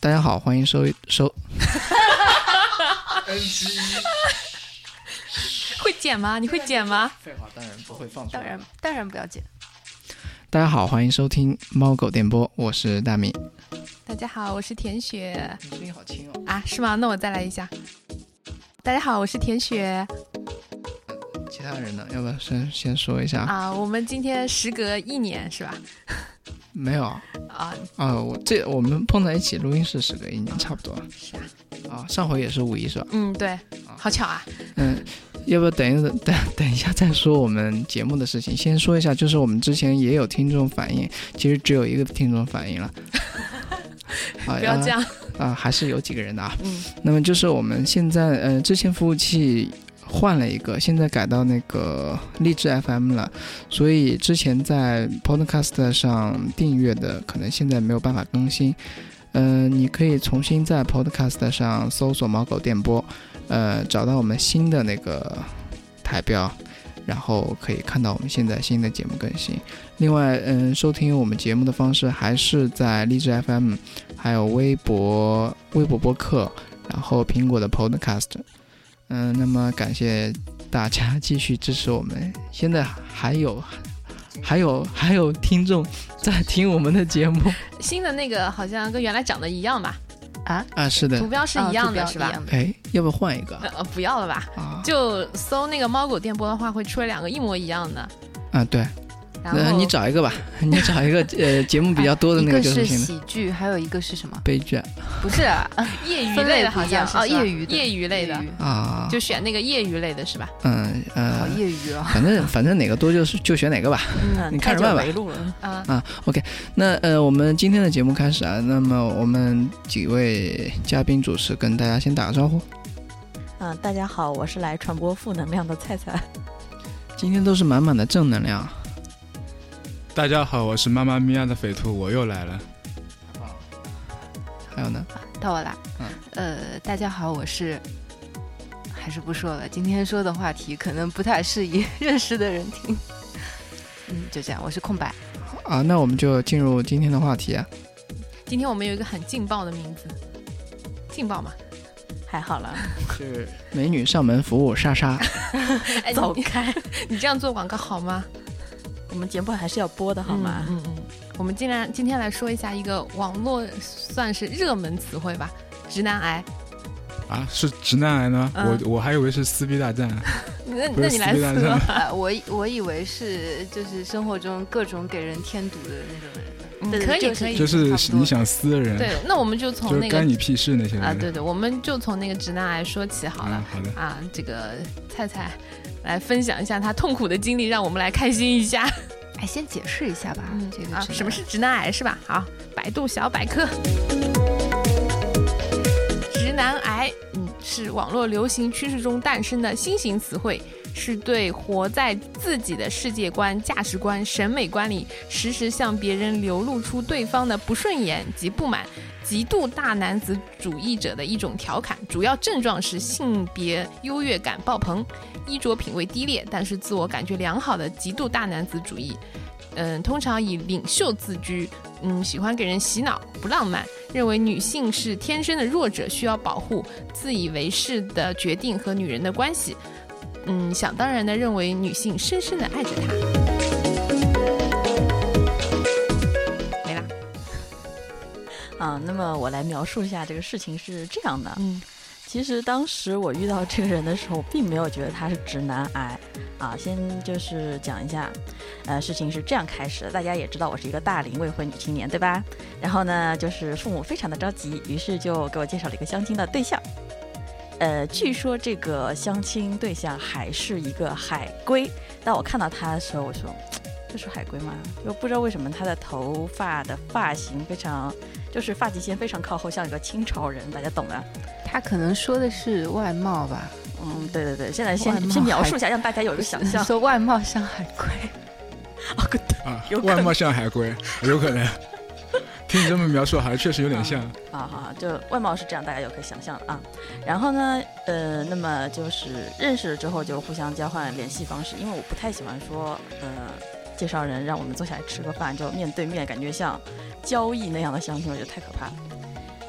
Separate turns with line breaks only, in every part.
大家好，欢迎收收
NG
会剪吗？你会剪吗？
废话当然不会放出
当然，当然不要剪。
大家好，欢迎收听猫狗电波，我是大米。
大家好，我是田雪
你声音好轻哦，
啊，是吗？那我再来一下。大家好，我是田雪
其他人呢？要不要先先说一下？
啊。我们今天时隔一年是吧？
没有啊，呃
啊，
我这我们碰在一起录音室时隔一年差不多
是啊，
啊，上回也是五一是吧？
嗯，对，好巧啊。
嗯，要不要等一等等等一下再说我们节目的事情？先说一下，就是我们之前也有听众反映，其实只有一个听众反映了。啊
不要这样，
啊、还是有几个人的啊。
嗯，
那么就是我们现在呃，之前服务器换了一个，现在改到那个励志 FM 了，所以之前在 Podcast 上订阅的，可能现在没有办法更新。呃，你可以重新在 Podcast 上搜索“猫狗电波”，呃，找到我们新的那个台标，然后可以看到我们现在新的节目更新。另外，嗯、收听我们节目的方式还是在荔枝 FM，还有微博、微博播客，然后苹果的 Podcast。嗯，那么感谢大家继续支持我们。现在还有，还有，还有听众在听我们的节目
新的那个好像跟原来长得一样吧？
啊！是
图
的，
标是一
啊
样的，啊是吧？
哎，要不要换一个
呃呃，不要了吧。
啊？
就搜那个猫狗电波的话，会出来两个一模一样的。
啊，对，
然
那
后
你找一个吧， 你找一个呃节目比较多的
啊一
那个
个
就是行了。
喜剧，还有一个是什么？
悲剧
不是啊，
呃业余
分类
类的，
不
好
一
像
样
是
哦
是吧
业余的
业余类的，
啊，
就选那个业余类的是吧？
嗯
好
呃，
业余啊！
反正反正哪个多就是就选哪个吧。
嗯
你看着办吧
太久没录了，
啊，
那呃，我们今天的节目开始啊，那么我们几位嘉宾主持跟大家先打个招呼。
嗯，大家好，我是来传播负能量的菜菜。
今天都是满满的正能量啊，
大家好，我是妈妈咪呀的匪兔，我又来了。
还有呢，
到我啦
嗯。
呃，大家好，我是，还是不说了。今天说的话题可能不太适宜 认识的人听。嗯，就这样，我是 空白。
啊，那我们就进入今天的话题啊。
今天我们有一个很劲爆的名字，劲爆嘛？
还好了，
是美女上门服务莎莎，
哎，
走
你
开，
你这样做广告好吗？
我们节目还是要播的好吗？
嗯嗯。嗯我们竟然今天来说一下一个网络算是热门词汇吧，直男癌。
啊，是直男癌呢？
嗯
我我还以为是撕逼大战，
那
不
那
是
你
撕
来
逼大战
说，，
呃，我以我以为是就是生活中各种给人添堵的那种人。
嗯
对
可以
就是
可以
就。是
差不多
你想撕的人，
对，那我们就从
就是
那
干
个
你屁事那些人。
啊，对对，我们就从那个直男癌说起好了
嗯。。好的，
啊，这个菜菜来分享一下她痛苦的经历，让我们来开心一下。
哎，先解释一下吧，这个
啊，
直男
什么是直男癌是吧？好，百度小百科。直男癌，嗯，是网络流行趋势中诞生的新型词汇，是对活在自己的世界观、价值观、审美观里，时时向别人流露出对方的不顺眼及不满，极度大男子主义者的一种调侃。主要症状是性别优越感爆棚，衣着品味低劣，但是自我感觉良好的极度大男子主义。嗯，通常以领袖自居，嗯，喜欢给人洗脑，不浪漫，认为女性是天生的弱者，需要保护，自以为是的决定和女人的关系，嗯，想当然的认为女性深深的爱着他。没啦，
啊，那么我来描述一下这个事情是这样的。
嗯
其实当时我遇到这个人的时候，我并没有觉得他是直男癌啊。先就是讲一下，呃，事情是这样开始的。大家也知道我是一个大龄未婚女青年，对吧？然后呢，就是父母非常的着急，于是就给我介绍了一个相亲的对象。呃，据说这个相亲对象还是一个海归。当我看到他的时候，我说：“这是海归吗？”就不知道为什么他的头发的发型非常，就是发际线非常靠后，像一个清朝人，大家懂的。
他可能说的是外貌吧，
嗯，对对对，现在
外
先
貌
先描
还。
述一下，让大家有一个想 象
说外貌像海 龟，
哦，对
啊
有，可能
外貌像海龟， 有可能。听你这么描述，好像确实有点像。
啊哈，就外貌是这样，大家有可以想象啊。然后呢，呃，那么就是认识了之后就互相交换联系方式，因为我不太喜欢说，呃，介绍人让我们坐下来吃个饭，就面对面，感觉像交易那样的相亲，我觉得太可怕了。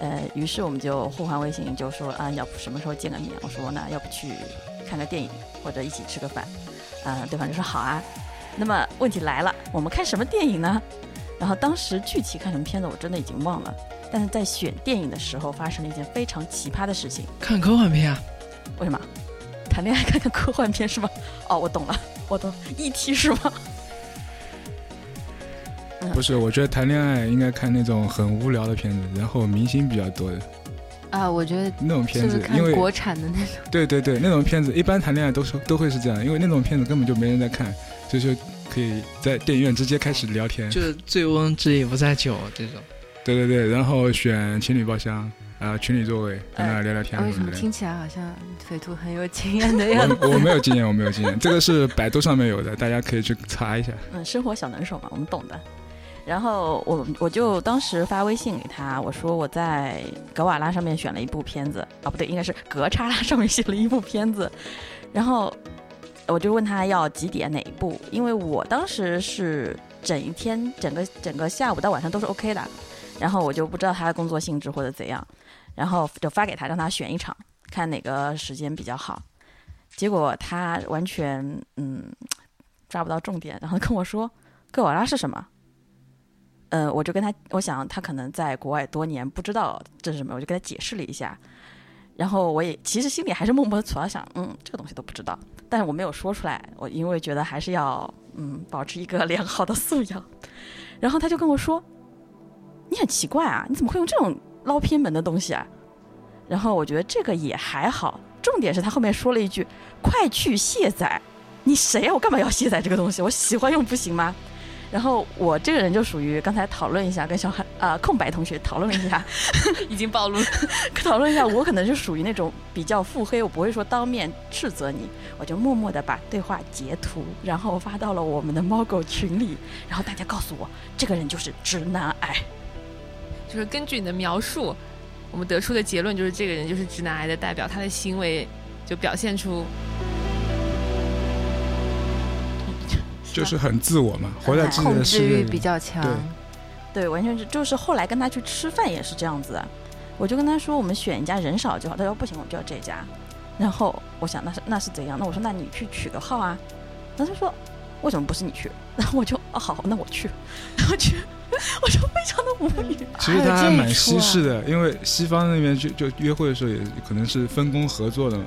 呃，于是我们就互换微信，就说啊，要不什么时候见个面？我说那要不去看个电影，或者一起吃个饭？啊、对方就说好啊。那么问题来了，我们看什么电影呢？然后当时具体看什么片子我真的已经忘了，但是在选电影的时候发生了一件非常奇葩的事情。
看科幻片啊，
为什么？谈恋爱看看科幻片是吗？哦，我懂了，我懂，E.T. 是吗？
不是，我觉得谈恋爱应该看那种很无聊的片子，然后明星比较多的
啊，我觉得
那种
是
片
不是
子，
看
因为
国产的那种？
对对对，那种片子一般谈恋爱都是都会是这样，因为那种片子根本就没人在看，所以说可以在电影院直接开始聊天。
就是醉翁之意不在酒这种。
对对对，然后选情侣包厢啊、情侣座位，在那聊聊天
啊为
什
什
么
么
的。
听起来好像匪徒很有经验 的样子？
我我没有经验，我没有经验， 这个是百度上面有的，大家可以去查一下。
嗯，生活小能手嘛，我们懂的。然后我我就当时发微信给他，我说我在格瓦拉上面选了一部片子，啊不对，应该是格叉拉上面选了一部片子。然后我就问他要几点哪一部，因为我当时是整一天、整个整个下午到晚上都是 OK 的。然后我就不知道他的工作性质或者怎样，然后就发给他让他选一场，看哪个时间比较好。结果他完全嗯抓不到重点，然 后跟我说格瓦拉是什么。呃，我就跟他，我想他可能在国外多年，不知道这是什么，我就跟他解释了一下。然后我也其实心里还是默默的戳想，嗯，这个东西都不知道，但是我没有说出来，我因为觉得还是要嗯保持一个良好的素养。然后他就跟我说：“你很奇怪啊，你怎么会用这种捞偏门的东西啊？”然后我觉得这个也还好，重点是他后面说了一句：“快去卸载。”你谁啊呀、我干嘛要卸载这个东西？我喜欢用不行吗？ 然后我这个人就属于刚才讨论一下，跟小海啊、空白同学讨论一下，
已经暴露了。
讨论一下，我可能就属于那种比较腹黑，我不会说当面斥责你，我就默默的把对话截图，然后发到了我们的猫狗群里，然后大家告诉我，这个人就是直男癌。
就是根据你的描述，我们得出的结论就是这个人就是直男癌的代表，他的行为就表现出
就是很自我嘛，活在自己
控
的
制
世界
欲
里
比。较强
对，
对，完全是，就是后来跟他去吃饭也是这样子，我就跟他说我们选一家人少就好，他说不行，我们就要这家。然后我想那是那是怎样？那我说那你去取个号啊，然后他说为什么不是你去？然后我就哦好，那我去，然后去，我就非常的无语。
其实
还有
他还
这一
蛮
出
西
啊
式的，因为西方那边就就约会的时候也可能是分工合作的嘛，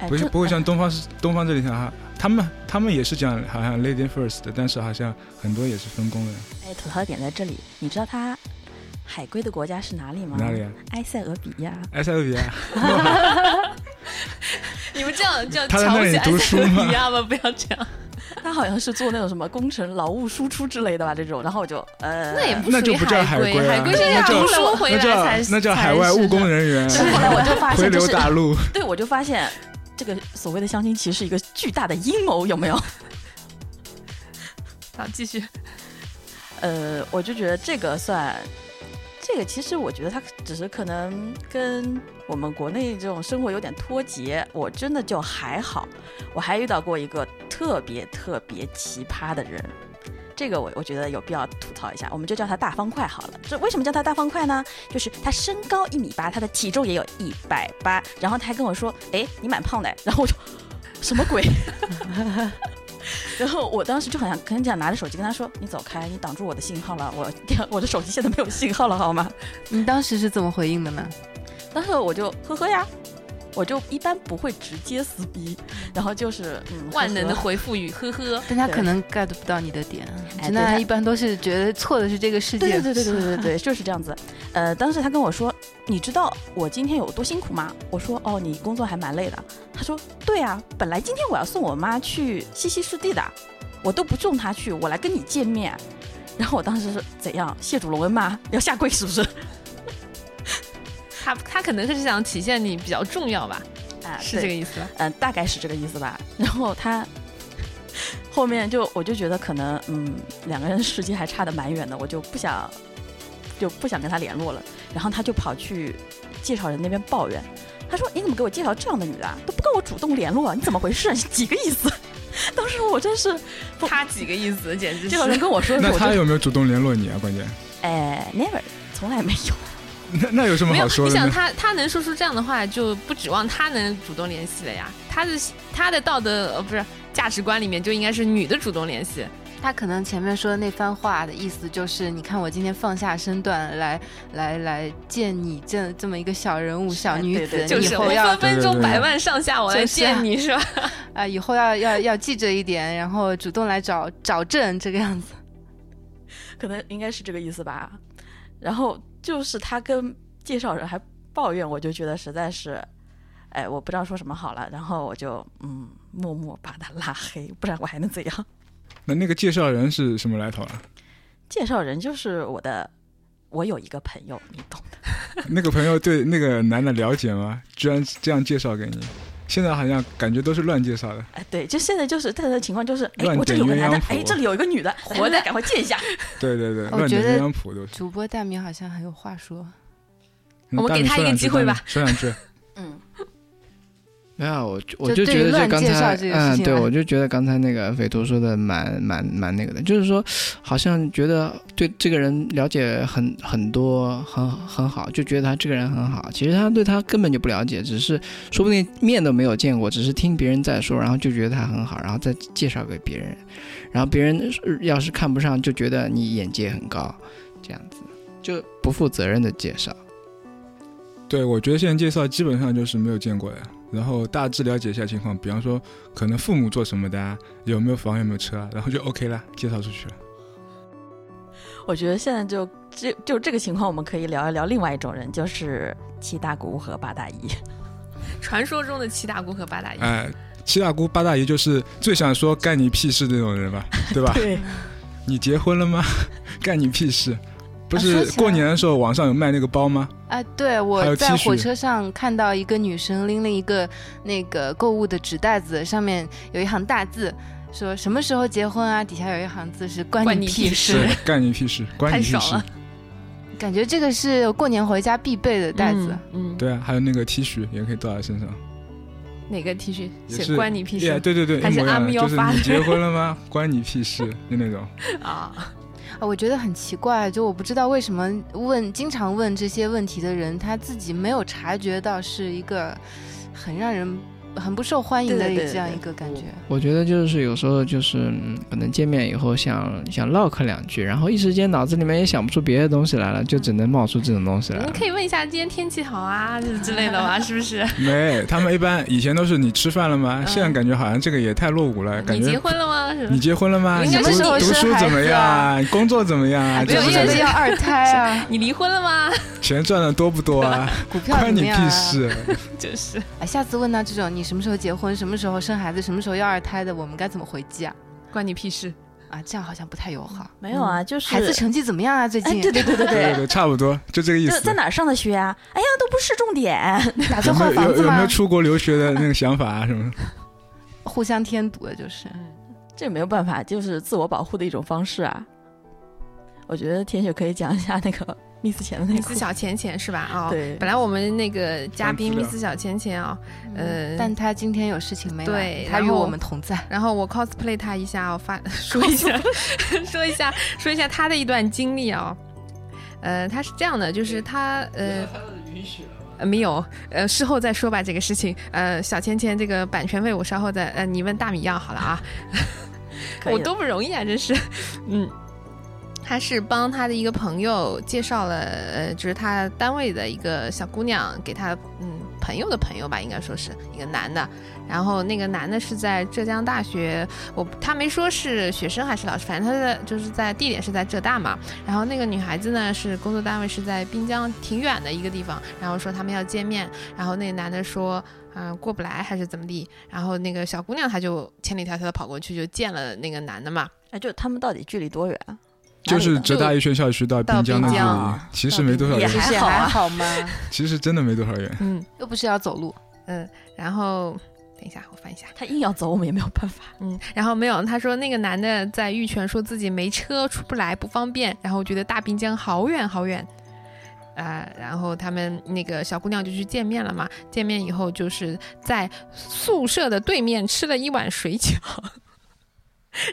哎，
不是
这
不会像东方是东方这里像他们他们也是讲好像 lady first 的，但是好像很多也是分工的。
哎吐槽的点在这里，你知道他海归的国家是哪里吗？
哪里？啊？
埃塞俄比亚。
埃塞俄比亚。
你们这样这样
他在
瞧
那
不
里
起埃
读
塞
书
俄
吗
比亚吗？不要这样，
他好像是做那种什么工程劳务输出之类的吧，这种。然后我就呃，
那也不
那
属
就
于
不叫海
海
归啊
海归是
那
要
叫
读书回
那
来才
叫那叫海外
才是
务工人员，
是后来我就发
回
现就
流
是
大陆。
对，我就发现这个所谓的相亲其实是一个巨大的阴谋，有没有？
好，继续。
呃，我就觉得这个算，这个其实我觉得它只是可能跟我们国内这种生活有点脱节，我真的就还好。我还遇到过一个特别特别奇葩的人。这个我我觉得有必要吐槽一下，我们就叫他大方块好了。这为什么叫他大方块呢？就是他身高一米八，他的体重也有一百八，然后他还跟我说：“哎，你蛮胖的。”然后我就什么鬼？然后我当时就很想很想拿着手机跟他说：“你走开，你挡住我的信号了，我电我的手机现在没有信号了，好吗
你当时是怎么回应的呢？？”
当时我就呵呵呀，我就一般不会直接撕逼，然后就是 嗯
万能的
呵呵
回复语，呵呵。
但他
对
可能 get 不到你的点，直
哎对他
男一般都是觉得错的是这个世
对
界，
对对对对 对对对，就是这样子。呃，当时他跟我说：“你知道我今天有多辛苦吗？”我说：“哦，你工作还蛮累的。”他说：“对啊，本来今天我要送我妈去西溪湿地的，我都不送她去，我来跟你见面。” 然后我当时是怎样？谢主隆恩吗？要下跪是不是？
他他可能是想体现你比较重要吧，
啊，
是这
对
个意思吧？
嗯，大概是这个意思吧。 然后他后面就我就觉得可能嗯，两个人世界还差得蛮远的，我就不想就不想跟他联络了。然后他就跑去介绍人那边抱怨，他说：“你怎么给我介绍这样的女的啊？都不跟我主动联络啊，你怎么回事？ 你几个意思？”当时我真是不
他几个意思，简直
介绍人
是。
跟我说的时
那
候，我
他
就
有没有主动联络你啊？关键
哎 never 从来没有。
那那有什么
没有
好，说
你
的
想
呢？
他他能说出这样的话，就不指望他能主动联系了呀。他的他的道德呃不是价值观里面就应该是女的主动联系，
他可能前面说的那番话的意思就是，你看我今天放下身段来来来见你这这么一个小人物、
是
小女
对
子，
哎对对
就
以
是我
后要
分 分钟
对对对
百万上下我来
就是啊
见你是吧？
啊，以后要要要记着一点，然后主动来找找正这个样子。
可能应该是这个意思吧。然后就是他跟介绍人还抱怨，我就觉得实在是，哎，我不知道说什么好了。然后我就嗯，默默把他拉黑，不然我还能怎样？
那那个介绍人是什么来头啊？
介绍人就是我的，我有一个朋友，你懂的。
那个朋友对那个男的了解吗？居然这样介绍给你，现在好像感觉都是乱介绍的。
哎，对，就现在就是他的情况就是，哎，
乱
我这
点
里有个男
鸳
的
鸯，谱
哎，这里有一个 女的，活的，赶快见一下。
对对对，
我
乱
觉
点
得
鸳鸯谱都是。
主播大明好像很有话说，
嗯
我们
大
给
米
他
说
一个
两
机
句
会
大
吧
米说两句，
嗯，
没有，我就我
就
就
对
觉
于
得
乱
就刚
介绍
才，
这个事
嗯，
情
对，
来
我就觉得刚才那个匪徒说的蛮蛮蛮那个的，就是说，好像觉得对这个人了解很很多，很很好，就觉得他这个人很好。其实他对他根本就不了解，只是说不定面都没有见过，只是听别人在说，然后就觉得他很好，然后再介绍给别人，然后别人要是看不上，就觉得你眼界很高，这样子就不负责任的介绍。
对我觉得现在介绍基本上就是没有见过的，然后大致了解一下情况，比方说可能父母做什么的、啊，有没有房有没有车啊，然后就 OK 了，介绍出去了。
我觉得现在就这就这个情况，我们可以聊一聊另外一种人，就是七大姑和八大姨。
传说中的七大姑和八大姨，
哎、七大姑八大姨就是最想说干你屁事那种人吧，对吧？
对，
你结婚了吗？ 干你屁事！不
啊说
是
起来
过年的时候网上有卖那个包吗？
啊，对，
还
我
有
在
期许
火车上看到一个女生拎了一个那个购物的纸袋子，上面有一行大字，说什么时候结婚啊？底下有一行字是关
关
你
你
屁
屁
事。
对，干你屁事，关你
太
屁
爽
事。
了
感觉这个是过年回家必备的袋子。
嗯，嗯，
对啊，还有那个 T 恤也可以挂在身上，
哪个 T 恤
也
写
是
关你屁
耶
事
对对对，
还是
一模一样
阿
的
咪
就是
要发
你
的
结婚了吗？关你屁事，就那种。
啊？
啊，我觉得很奇怪，就我不知道为什么问经常问这些问题的人，他自己没有察觉到是一个很让人很不受欢迎的
对对对
这样
对
一个感觉。
我觉得就是有时候就是、嗯、可能见面以后想想唠嗑两句，然后一时间脑子里面也想不出别的东西来了，就只能冒出这种东西
啊
来
你
了。
嗯可以问一下今天天气好啊就是之类的吧，是不 是？
没，他们一般以前都是你吃饭了吗？
嗯
现在感觉好像这个也太落伍了，哎感
你结
觉。
婚了吗？是吧
你？结婚了吗？
应
你
该
读
是我
读
生
书
孩
怎么
子
样
啊哎
啊？你工作怎么样啊？
没有
这
不
不
是
真
感
的
觉
要二胎 啊，
你离婚了 吗？
钱赚的多不多啊？
股票怎
关
么
你
样
屁
啊？
事！
就是
啊，下次问到这种你什么时候结婚、什么时候生孩子、什么时候要二胎的，我们该怎么回击啊？
关你屁事。
啊，这样好像不太友好。
没有啊，就是
孩子成绩怎么样啊？最
哎，
近、
对对对对
对对
对，
对，差不多就这个意
就
思。
在哪儿上的学啊？哎呀，都不是重点。
打
有
算
没有
换房
有
子
有没有
吗？
出国留学的那个想法啊？什么？
互相添堵的啊就是。
这没有办法，就是自我保护的一种方式啊。我觉得天雪可以讲一下那个 miss 前的那
你
个
是，小钱钱是吧？啊，
对
本来我们那个嘉宾
翻资
Miss
料
小钱钱啊，
嗯
呃，
但他今天有事情没来，
对
他
然
与
后
我们同在。
然后我 cosplay 他一下、哦， 发说一下，说一下，说一下他的一段经历啊、呃，他是这样的，就是他呃。呃没有，呃，事后再说吧这个事情。呃，小钱钱这个版权费我稍后再，呃，你问大米要好了啊。
可以
我多不容易啊，真是，嗯。他是帮他的一个朋友介绍了，呃，就是他单位的一个小姑娘给他，嗯，朋友的朋友吧，应该说是一个男的。然后那个男的是在浙江大学，我他没说是学生还是老师，反正他的就是在地点是在浙大嘛。然后那个女孩子呢是工作单位是在滨江挺远的一个地方，然后说他们要见面，然后那个男的说，嗯、过不来还是怎么地，然后那个小姑娘她就千里迢迢的跑过去就见了那个男的嘛，
哎，就他们到底距离多远啊？
就是
哪里的
浙大医学校区到滨江的距
到滨江
离，其实没多少
也
远
还，
其实也
好啊
还好嘛，
其实真的没多少远。
嗯
又不是要走路。
嗯，然后等一下我翻一下，
他硬要走，我们也没有办法。
嗯，然后没有，他说那个男的在玉泉说自己没车出不来不方便，然后觉得大滨江好远好远。啊、然后他们那个小姑娘就去见面了嘛。见面以后，就是在宿舍的对面吃了一碗 水饺，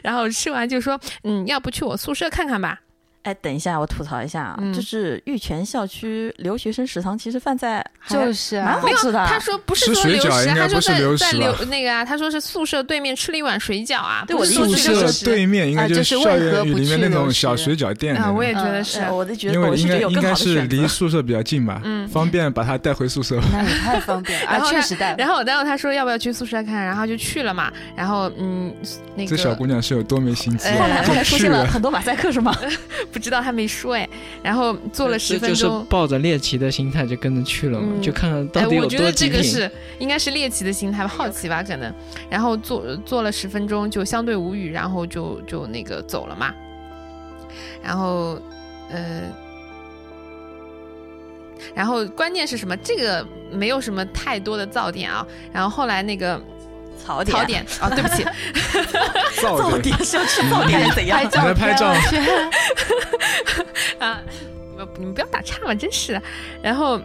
然后吃完就说：“嗯，要不去我宿舍看看吧？”
哎，等一下，我吐槽一下啊，
嗯
就是玉泉校区留学生食堂，其实饭菜还
就是
蛮
啊
好，吃的啊。
他说不是
吃
说
水
流
饺
食，
应该
他说
不是
在
流
在
食
流
吧
那个啊，他说是宿舍对面吃了一碗水饺啊，
对
不
我
是
的
说
意
宿
思
去流
舍
食
对面应该
啊就是是
校
为何
园
不
里面
去
那种
流
小
食
水饺店
啊，
的
我
那
也
种
觉得
嗯
是。
呃我就觉得
因
我
为
是
应
觉
该
得有
应
更
该
好的
是
选择
离。宿舍比较近吧，
嗯
方便把它带回宿舍吧。
那也太方便了
然
啊，
后
确
呢
实带了。
然后我待会他说要不要去宿舍看，然后就去了嘛。然后嗯，那个
这小姑娘是有多没心机
哎
啊，
后来 后来出现
就
了
去了
很多马赛克是吗？
不知道他没说哎，然后坐了十
这
分
就是
钟。
抱着猎奇的心态就跟着去了嘛，
嗯
就看看
哎，
到底有
我觉
多
得这
极
个
品。
是应该是猎奇的心态吧，好奇吧，可能。然后坐坐了十分钟，就相对无语，然后就就那个走了嘛。然后，呃，然后关键是什么？这个没有什么太多的噪点啊。然后后来那个
槽
槽点啊、对不起，
造
噪
点。
点是要去噪点是怎样
拍？照
你在拍
片
照
啊
啊，你们
去
你们不要打岔嘛，真是的。然后，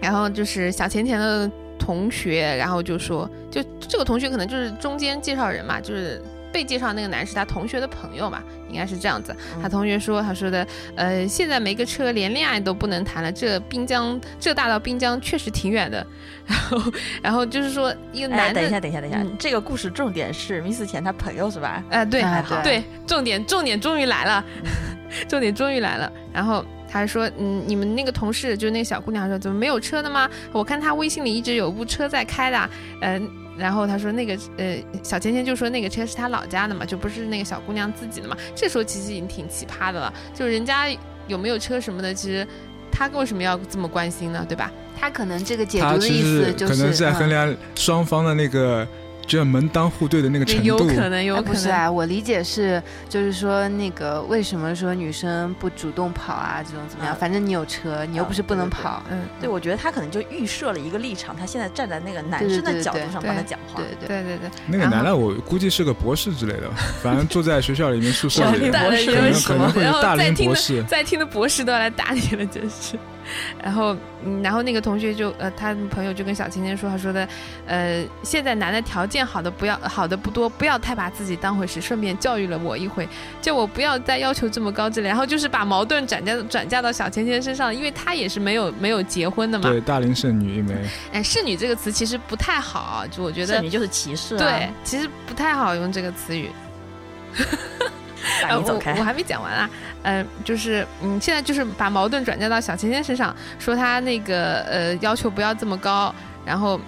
然后就是小甜甜的同学，然后就说，就这个同学可能就是中间介绍人嘛，就是被介绍那个男是他同学的朋友嘛，应该是这样子。
嗯
他同学说，他说的，呃，现在没个车，连恋爱都不能谈了，这滨江浙大到滨江确实挺远的。 然后，然后就是说一个
哎，
男的。
等一下，等一下，等一下
嗯，
这个故事重点是 Miss 浅她朋友是吧？
哎，对
哎嗯
好
对，重点重点终于来了， 重点终于来了。然后他还说，嗯，你们那个同事就是那个小姑娘说，怎么没有车的吗？我看她微信里一直有部车在开的，嗯、然后他说那个呃，小芊芊就说那个车是她老家的嘛，就不是那个小姑娘自己的嘛。这时候其实已经挺奇葩的了，就是人家有没有车什么的，其实她为什么要这么关心呢？对吧？
他可能这个解
她
读的
其
意思
实
就
可能是在
嗯
衡量双方的那个，就是门当户对的那个程
有
度。
可能，有
哎
可能
不是啊，我理解是，就是说那个为什么说女生不主动跑啊，这种怎么样？
嗯
反正你有车，你又
啊
不是不
对
能
对对
跑。
嗯，
对，我觉得他可能就预设了一个立场，他现在站在那个男
对对
生的
对
角
对
度上
对
帮他讲话
对。对
对
对，
对对。
那个
然后
男的我估计是个博士之类的吧，反正住在学校里面宿舍
哇
里
那，博士
可能可能会
然
有
后
大
在
龄
听
博
的
士。
在听的博士都要来打你了，真是。 然后，嗯，然后那个同学就呃，他朋友就跟小青青说，他说的，呃，现在男的条件好的不要好的不多，不要太把自己当回事，顺便教育了我一回，叫我不要再要求这么高之类，然后就是把矛盾转嫁转嫁到小芊芊身上，因为她也是没有没有结婚的嘛。
对，大龄剩女一枚，
哎，剩女这个词其实不太好啊，就我觉
剩
得
女就是歧视啊！
对，其实不太好用这个词语。
打
呃
你走开
我我。还没讲完啊，呃，就是嗯，现在就是把矛盾转嫁到小芊芊身上，说她那个呃要求不要这么高，然后。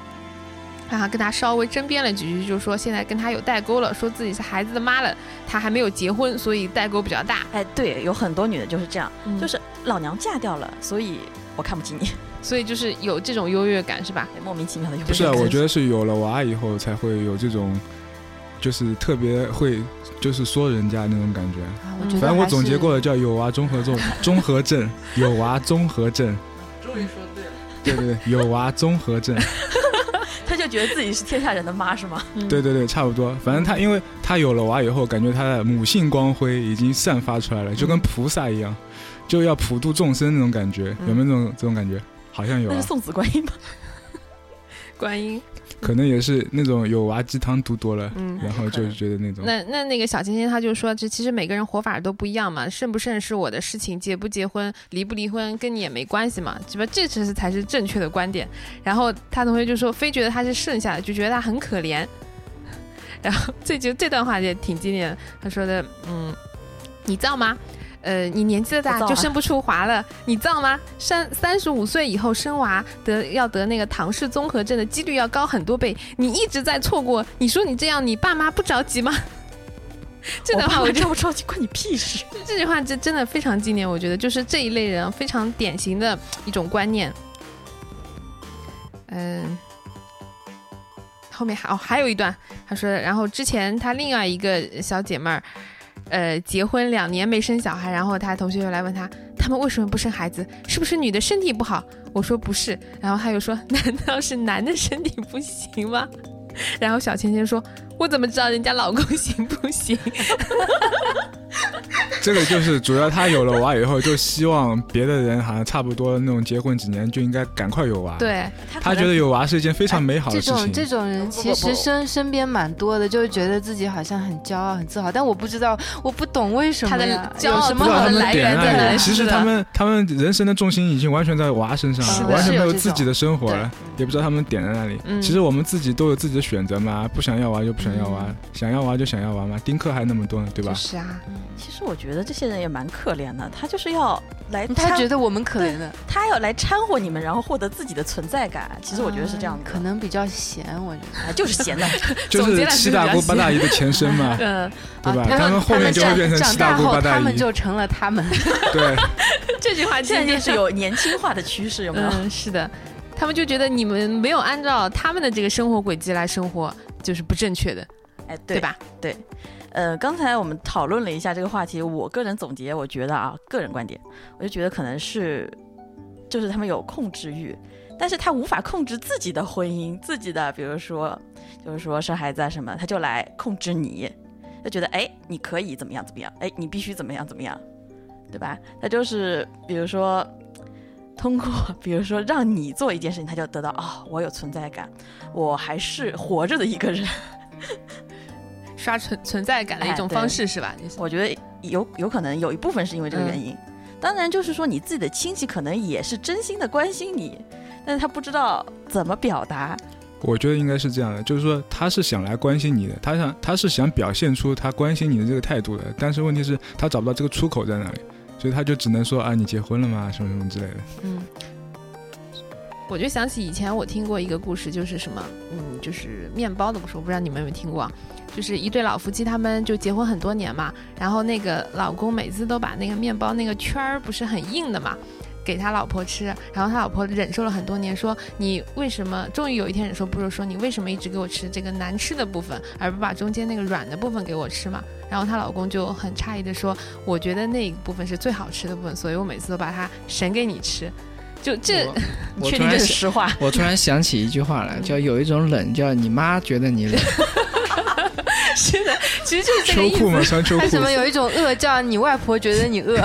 然后跟她稍微争辩了几句，就说现在跟她有代沟了，说自己是孩子的妈了，她还没有结婚，所以代沟比较大。
哎，对，有很多女的就是这样，
嗯
就是老娘嫁掉了，所以我看不起你， 哎
所以就是有这种优越感，是吧？
莫名其妙的就
不是啊，
这样
我觉得是有了娃以后才会有这种，就是特别会就是说人家那种感觉。
啊我觉得
反正我
还
总结
是
过了，叫有啊娃综合症，综 合症，有娃综合症。终于说对了。对对 对，有娃综合症，
他就觉得自己是天下人的妈是吗？
嗯、
对对对，差不多。反正他，因为他有了娃以后，感觉他的母性光辉已经散发出
嗯
来了，就跟菩萨一样，就要普度众生那种感觉，有没有这种这种感觉？好像有
嗯那
啊
是，送子观音 吧？
观音，
可能也是那种有娃鸡汤读多了，
嗯，
然后就觉得那种。
那那那个小芊芊她就说，这其实每个人活法都不一样嘛，剩不剩是我的事情，结不结婚、离不离婚跟你也没关系嘛，只不这才是才是正确的观点。然后她同学就说，非觉得她是剩下的，就觉得她很可怜。 然后这就这段话也挺经典的，她说的，嗯，你造吗？呃，你年纪大
我造啊
就生不出娃了，你造吗？三三十五岁以后生娃得要得那个唐氏综合症的几率要高很多倍，你一直在错过。你说你这样，你爸妈不着急吗？这段
我
话
爸
我
妈
觉得
着不着急关你屁 事。
这句话真真的非常经典，我觉得就是这一类人啊非常典型的一种观念。嗯、后面还哦还有一段，他说，然后之前他另外一个小姐妹儿，呃，结婚两年没生小孩，然后他同学又来问他，他们为什么不生孩子？是不是女的身体不好？我说不是，然后他又说， 难道是男的身体不行吗？然后小芊芊说：“我怎么知道人家老公行不行？”
这个就是主要他有了娃以后，就希望别的人好像差不多那种结婚几年就应该赶快有娃。，
对，
他觉得有娃是一件非常美好
哎这
的事
种
情。
这种人
不
其
不
实
不
身身边蛮多的，就是觉得自己好像很骄傲、很自豪，但我不知道，我不懂为什么
他的
呀
骄
有
傲
什
不
么
知道
好
他
的
们
来
点
源
哪
在哪
里？
里
其实
是的
他们他们人生的重心已经完全在娃身
是
上，
的
完全没
是有
有
这
自己的生活
种
了，也不知道他们点在哪里。
嗯
其实我们自己都有自己的选择嘛，不想要娃就不想要娃，
嗯
想要娃就想要娃嘛。丁克还那么多呢，对吧？
就是啊，
其实我觉得这些人也蛮可怜的，他就是要来掺，
他觉得我们可怜的，
他要来掺和你们，然后获得自己的存在感。其实我觉得是这样
嗯
的，
可能比较闲，我觉得。
啊就是闲的。
就
总结来
是
说，
七大姑八大姨的前身嘛
嗯，
对吧
啊？
他们后面就会变成
长
七大
大
姑
后，
八大
他们
姨。
就成了他们。
对，
这句话其
现
实
在就是有年轻化的趋势，有没有？
嗯，是的，他们就觉得你们没有按照他们的这个生活轨迹来生活，就是不正确的，
哎，
对
对？
吧？
呃，刚才我们讨论了一下这个话题，我个人总结，我觉得啊，个人观点，我就觉得可能是，就是他们有控制欲，但是他无法控制自己的婚姻，自己的，比如说，就是说生孩子啊什么，他就来控制你，他觉得哎，你可以怎么样怎么样，哎，你必须怎么样怎么样，对吧？他就是比如说。通过比如说让你做一件事情，他就得到哦，我有存在感，我还是活着的一个人。
刷存存在感的一
哎
种
对
方式是吧？就是
我觉得有有可能有一部分是因为这个原因。当然，就是说你自己的亲戚可能也是真心的关心你，但是他不知道怎么表达。
我觉得应该是这样的，就是说他是想来关心你的，他想他是想表现出他关心你的这个态度的，但是问题是，他找不到这个出口在哪里，所以他就只能说啊，你结婚了吗？什么什么之类的。
嗯，
我就想起以前我听过一个故事，就是什么，嗯，就是面包的故事，我不知道你们有没有听过啊。就是一对老夫妻，他们就结婚很多年嘛，然后那个老公每次都把那个面包那个圈儿不是很硬的嘛，给他老婆吃，然后他老婆忍受了很多年，说你为什么？终于有一天忍受不住，说你为什么一直给我吃这个难吃的部分，而不把中间那个软的部分给我吃嘛？然后她老公就很诧异的说，我觉得那一部分是最好吃的部分，所以我每次都把它省给你吃。就这，
我
确
突
定这
然想，
是实话。
我突然想起一句话
嗯
来，叫有一种冷，叫你妈觉得你冷。
是的，其实 就是这个
秋
意思，
裤 嘛，穿秋
为
裤
什。么有一种饿叫你外婆觉得你 饿？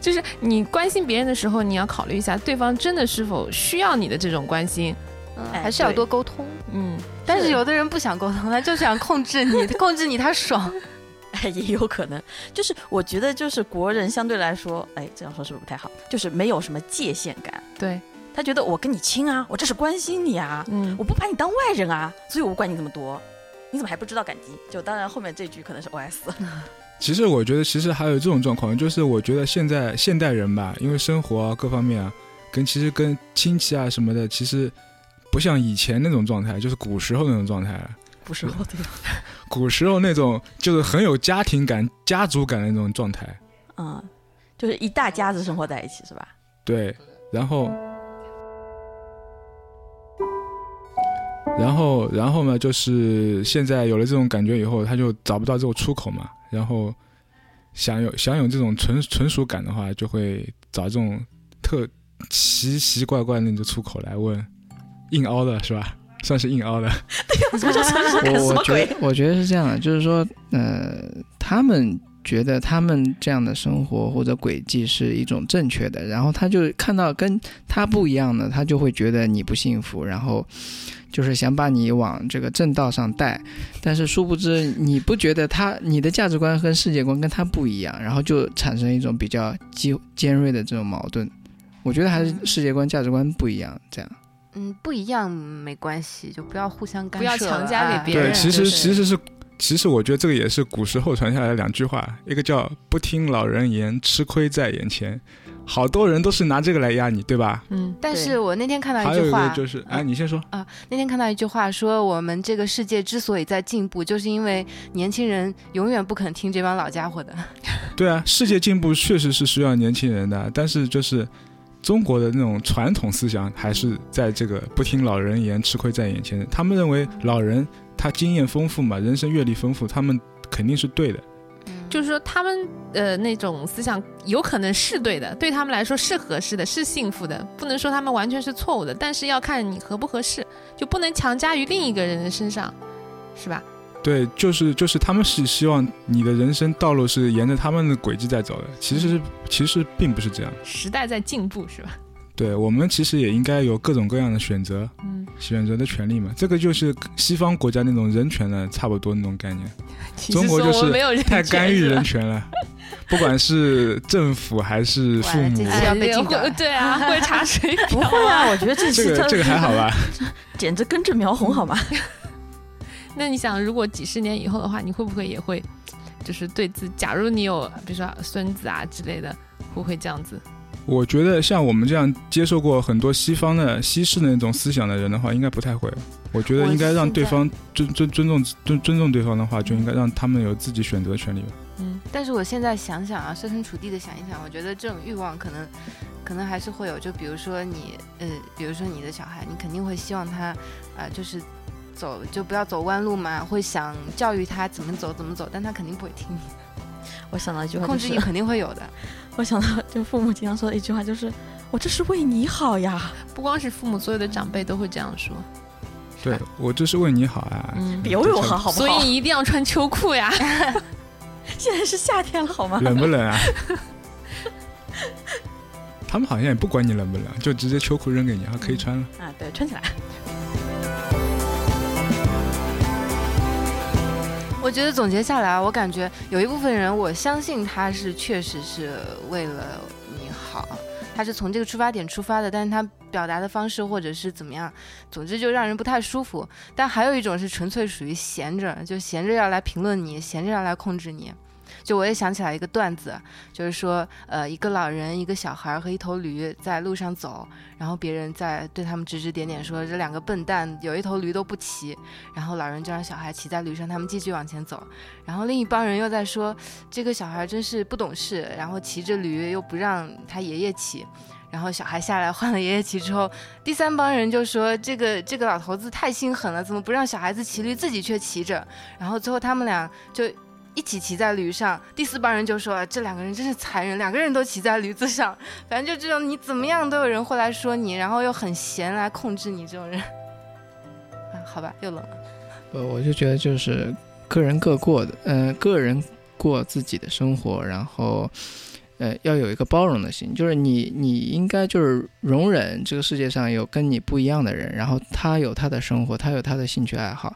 就是你关心别人的时候，你要考虑一下对方真的是否需要你的这种关心。
嗯
哎
还是要
对
多沟通。
嗯，
但是有的人不想沟通，他就想控制 你，控制你他爽。
哎，也有可能，就是我觉得就是国人相对来说，哎，这样说是不是不太好？就是没有什么界限感，
对，
他觉得我跟你亲啊，我这是关心你啊，
嗯
我，不把你当外人啊，所以我不管你这么多。你怎么还不知道感激？就当然后面这句可能是 OS，
其实我觉得，其实还有这种状况，就是我觉得现在现代人吧，因为生活啊各方面啊，跟其实跟亲戚啊什么的，其实不像以前那种状态，就是古时候那种状态了。
不是我对吧？
古时候那种就是很有家庭感、家族感的那种状态。
嗯，就是一大家子生活在一起是吧？
对，然后，然后，然后呢，就是现在有了这种感觉以后，他就找不到这种出口嘛，然后想有想有这种纯纯属感的话，就会找这种特奇奇怪怪的那种出口来问，硬凹的是吧？算是硬凹的，
什么叫纯属感？
我
什么
我觉
鬼？
得我觉得是这样的，就是说，呃，他们觉得他们这样的生活或者轨迹是一种正确的，然后他就看到跟他不一样的，他就会觉得你不幸福，然后就是想把你往这个正道上带，但是殊不知你不觉得他你的价值观跟世界观跟他不一样，然后就产生一种比较激尖锐的这种矛盾。我觉得还是世界观、价值观不一样，这样。
嗯，不一样没关系，就不要互相干
不
涉
要
了，
强加给
哎
别人
对，其实
就是
其实是，其实我觉得这个也是古时候传下来的两句话，一个叫“不听老人言，吃亏在眼前”，好多人都是拿这个来压你，对吧？
嗯，
但是我那天看到
还
一
有
句
一个
话，
就是，
嗯
哎，你先说，
啊，那天看到一句话说，我们这个世界之所以在进步，就是因为年轻人永远不肯听这帮老家伙的。
对啊，世界进步确实是需要年轻人的，但是就是中国的那种传统思想还是在这个不听老人言，吃亏在眼前的。他们认为老人他经验丰富嘛，人生阅历丰富，他们肯定是对的。
嗯
就是说他们呃那种思想有可能是对的，对他们来说是合适的，是幸福的，不能说他们完全是错误的，但是要看你合不合适，就不能强加于另一个人的身上，是吧？
对，就是就是他们是希望你的人生道路是沿着他们的轨迹在走的，其实是其实并不是这样。
时代在进步是吧？
对我们其实也应该有各种各样的选择，
嗯，
选择的权利嘛。这个就是西方国家那种人权的差不多那种概念，
其
中
实
国
说
就
我们
是
没有人
太干预
权是吧
人权了，不管是政府还是父
完了
母
这，期要被禁掉
哎
了
对啊，会查水
不
表
会 啊，我觉得这
这
是
个这个还好吧？
简直根正苗红，好吗？
那你想，如果几十年以后的话，你会不会也会，就是对自，假如你有比如说孙子啊之类的，会不会这样子？
我觉得像我们这样接受过很多西方的西式的那种思想的人的话，应该不太会。我觉得应该让对方尊尊尊重尊尊重对方的话，就应该让他们有自己选择的权利吧。
嗯，
但是我现在想想啊，设身处地的想一想，我觉得这种欲望可能，可能还是会有。就比如说你，呃，比如说你的小孩，你肯定会希望他，啊、就是走就不要走弯路嘛，会想教育他怎么走怎么走，但他肯定不会听你，
我想到一句话、就
控
是，
制欲肯定会有的。
我想到就父母经常说的一句话，就是我这是为你好呀。
不光是父母，所有的长辈都会这样说。
对我这是为你好啊，
嗯，
别为我好，好不
所以
好？
你一定要穿秋裤呀。
现在是夏天了，好吗？
冷不冷啊？他们好像也不管你冷不冷，就直接秋裤扔给你，还可以穿了。
啊，对，穿起来。
我觉得总结下来啊，我感觉有一部分人，我相信他是确实是为了你好，他是从这个出发点出发的，但是他表达的方式或者是怎么样，总之就让人不太舒服。但还有一种是纯粹属于闲着，就闲着要来评论你，闲着要来控制你。就我也想起来一个段子，就是说，呃，一个老人、一个小孩和一头驴在路上走，然后别人在对他们指指点点说这两个笨蛋有一头驴都不骑，然后老人就让小孩骑在驴上，他们继续往前走。然后另一帮人又在说，这个小孩真是不懂事，然后骑着驴又不让他爷爷骑。然后小孩下来换了爷爷骑之后，第三帮人就说这个这个老头子太心狠了，怎么不让小孩子骑驴，自己却骑着？然后最后他们俩就。一起骑在驴上，第四帮人就说：“这两个人真是残忍，两个人都骑在驴子上。反正就这种，你怎么样都有人会来说你，然后又很闲来控制你这种人。 啊，好吧，又冷了。
呃，我就觉得就是个人各过的，呃，个人过自己的生活，然后，呃，要有一个包容的心，就是你你应该就是容忍这个世界上有跟你不一样的人，然后他有他的生活，他有他的兴趣爱好，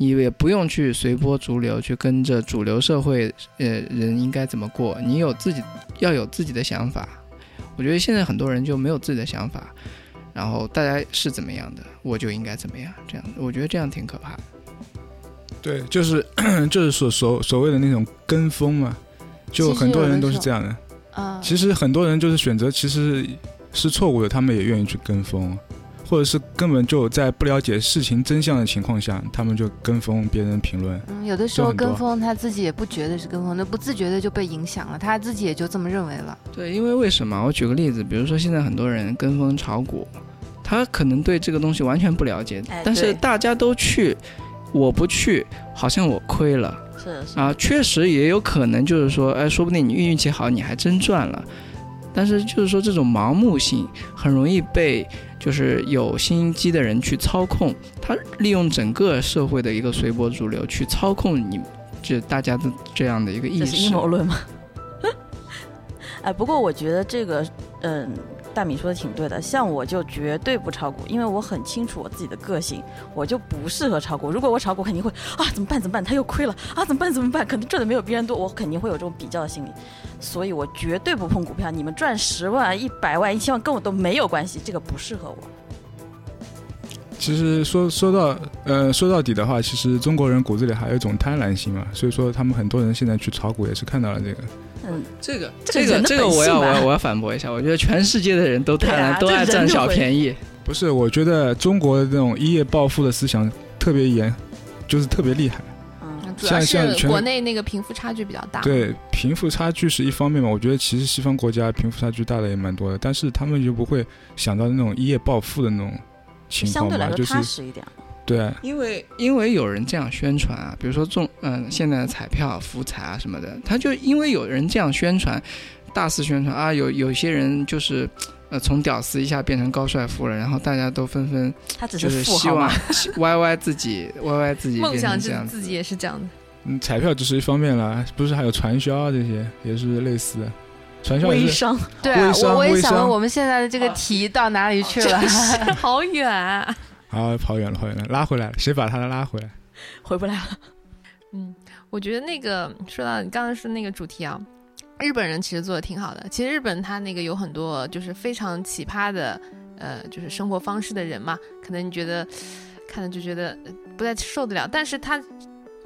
你也不用去随波逐流，去跟着主流社会呃人应该怎么过，你有自己要有自己的想法。我觉得现在很多人就没有自己的想法，然后大家是怎么样的，我就应该怎么样，这样我觉得这样挺可怕的。
对，就是 就是所所所谓的那种跟风嘛，就很多人都是这样的。
嗯，
其实很多人就是选择其实是错误的，他们也愿意去跟风，或者是根本就在不了解事情真相的情况下，他们就跟风别人评论。
嗯，有的时候
很多
跟风，他自己也不觉得是跟风，那不自觉的就被影响了，他自己也就这么认为了。
对，因为为什么？我举个例子，比如说现在很多人跟风炒股，他可能对这个东西完全不了解，
哎
但
对
是大家都去，我不去，好像我亏了
是是，
啊。确实也有可能就是说，哎，说不定你运气好，你还真赚了。但是就是说，这种盲目性很容易被就是有心机的人去操控，他利用整个社会的一个随波逐流去操控你，就大家的这样的一个意
这
识。
是阴谋论吗？ 哎，不过我觉得这个，嗯，大米说的挺对的。像我就绝对不炒股，因为我很清楚我自己的个性，我就不适合炒股。如果我炒股，肯定会啊，怎么办？怎么办？他又亏了啊，怎么办？怎么办？可能赚的没有别人多，我肯定会有这种比较的心理，所以我绝对不碰股票。你们赚十万、一百万、一千万跟我都没有关系，这个不适合我。
其实说说到呃说到底的话，其实中国人骨子里还有一种贪婪心嘛，所以说他们很多人现在去炒股也是看到了这个。
嗯，
这个
这
这
个
个
人的
这个
本
我
性
要我
吧
要我要反驳一下，我觉得全世界的人都贪
对啊
婪，都
这
爱
人
占
就
小
会
便 宜。
不是，我觉得中国的这种一夜暴富的思想特别严，就是特别厉害。
嗯，
主要
像像
是
全
国内那个贫富差距比较大。
对，贫富差距是一方面嘛，我觉得其实西方国家贫富差距大的也蛮多的，但是他们就不会想到那种一夜暴富的那种情
相
况
对来说
吧，就是
踏实一点。
对啊
因为因为有人这样宣传啊，比如说中嗯、现在的彩票、福彩啊什么的，他就因为有人这样宣传，大肆宣传啊，有有些人就是呃，从屌丝一下变成高帅富了，然后大家都纷纷
他只
就是是
富
希
豪嘛
望，希 YY 自己 YY 自己
梦
变
想
成这
是
样
自
子
己。也是这样的。
嗯，彩票只是一方面啦，不是还有传销啊这些也是类似的，传销也
微
是
商
对啊
微，商
我我也
微
想问
商
我们现在的这个题到哪里去了？
是 好远、啊。
啊跑远了跑远了，拉回来了，谁把他拉回来？
回不来了。
嗯，我觉得那个说到你刚才说那个主题啊，日本人其实做的挺好的。其实日本他那个有很多就是非常奇葩的，呃，就是生活方式的人嘛，可能你觉得看了就觉得呃不太受得了，但是他。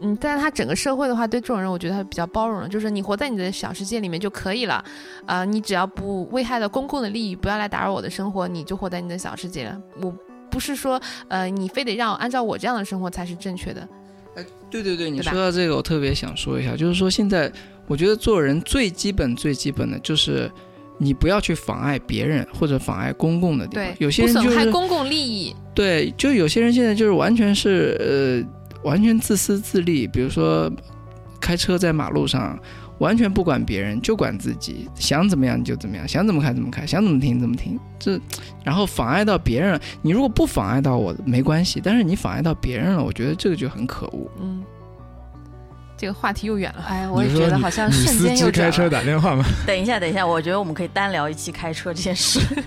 嗯，但是他整个社会的话，对这种人，我觉得他比较包容了，就是你活在你的小世界里面就可以了，啊、你只要不危害到公共的利益，不要来打扰我的生活，你就活在你的小世界了。我不是说，呃，你非得让我按照我这样的生活才是正确的，
对对对，你
对吧
说到这个，我特别想说一下，就是说现在我觉得做人最基本最基本的就是你不要去妨碍别人或者妨碍公共的地方
对。，
有些
不
人就
损害
是
公共利益，
对，就有些人现在就是完全是呃，完全自私自利，比如说开车在马路上，完全不管别人，就管自己，想怎么样你就怎么样，想怎么开怎么开，想怎么停怎么停，这然后妨碍到别人了。你如果不妨碍到我没关系，但是你妨碍到别人了，我觉得这个就很可恶。
嗯，这个话题又远了。
哎，我也
你说
觉得
你
好像
女
瞬
司
间
机
又转
开车
了。
打电话嘛，
等一下，等一下，我觉得我们可以单聊一期开车这件 事。
啊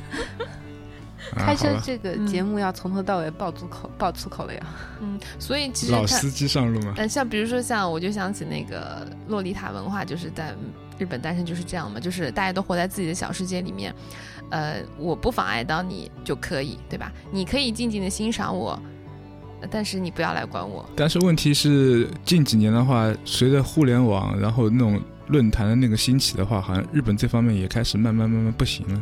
开
好
车
吧，
这个
嗯
节目要从头到尾爆粗口，爆粗口了呀！
嗯，所以其实
老
它
司机上路嘛，
呃，像比如说像，我就想起那个洛丽塔文化，就是在日本单身就是这样嘛，就是大家都活在自己的小世界里面，呃，我不妨碍到你就可以，对吧？你可以静静的欣赏我，呃但是你不要来管我。
但是问题是，近几年的话，随着互联网，然后那种论坛的那个兴起的话，好像日本这方面也开始慢慢慢慢不行了。